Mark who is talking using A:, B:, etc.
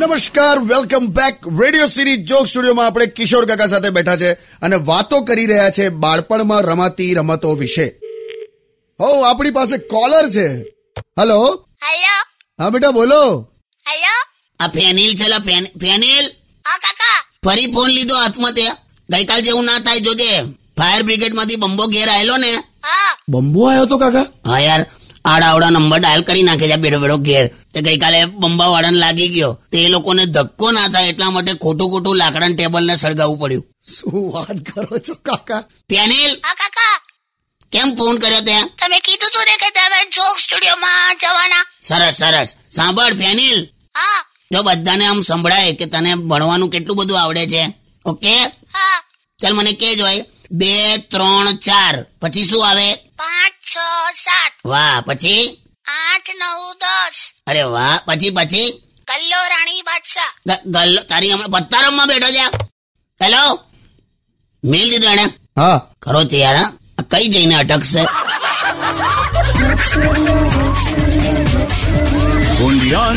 A: નમસ્કાર welcome back radio city joke સ્ટુડિયોમાં આપણે કિશોર કાકા સાથે બેઠા છે અને વાતો કરી રહ્યા છે બાળપણમાં રમાતી રમતો વિશે હો આપણી પાસે કોલર છે હલો
B: હેલો
A: હા બેટા બોલો
B: હેલો
C: આ ફેનિલ છે લા, ફેન- ફેનિલ
B: હા કાકા
C: ફરી ફોન લીધો હાથમાં તે ગઈકાલ જેવું ના થાય જોજે ફાયર બ્રિગેડ માંથી બંબો ઘેર આયેલો ને
B: હા
A: બંબુ આવ્યો તો કાકા
C: હા યાર આડાવડા નંબર ડાયલ કરી નાખે છે બેડો બેડો ઘેર તે ગઈકાલે બંબા લાગી ગયો તે એ લોકોને ધક્કો ના થાય એટલા માટે ખોટું ખોટું લાકડાના ટેબલને સળગાવવું પડ્યું
A: શું વાત કરો છો કાકા
C: ફેનિલ
B: હા કાકા
C: કેમ ફોન કર્યો તે
B: તમે કીધું તું ને કે તમે જોક સ્ટુડિયોમાં જવાના
C: સરસ સરસ સાંભળ ફેનિલ
B: હા
C: જો બધાને આમ સંભળાય કે તને ભણવાનું કેટલું બધું આવડે છે ઓકે
B: હા
C: ચાલ મને કે જોય બે ત્રણ ચાર પછી શું આવે
B: પાંચ છ સાત
C: વાહ પછી
B: આઠ નવ દસ
C: અરે વાહ પછી પછી
B: ગલ્લો રાણી બાદશાહ
C: ગ- ગલ્લો તારી હમણાં પત્તા રમવા બેઠો છે હેલો મેલ દીધો એને
A: હા
C: ખરો તે યાર હા? આ કઈ જઈને અટકશે
D: only on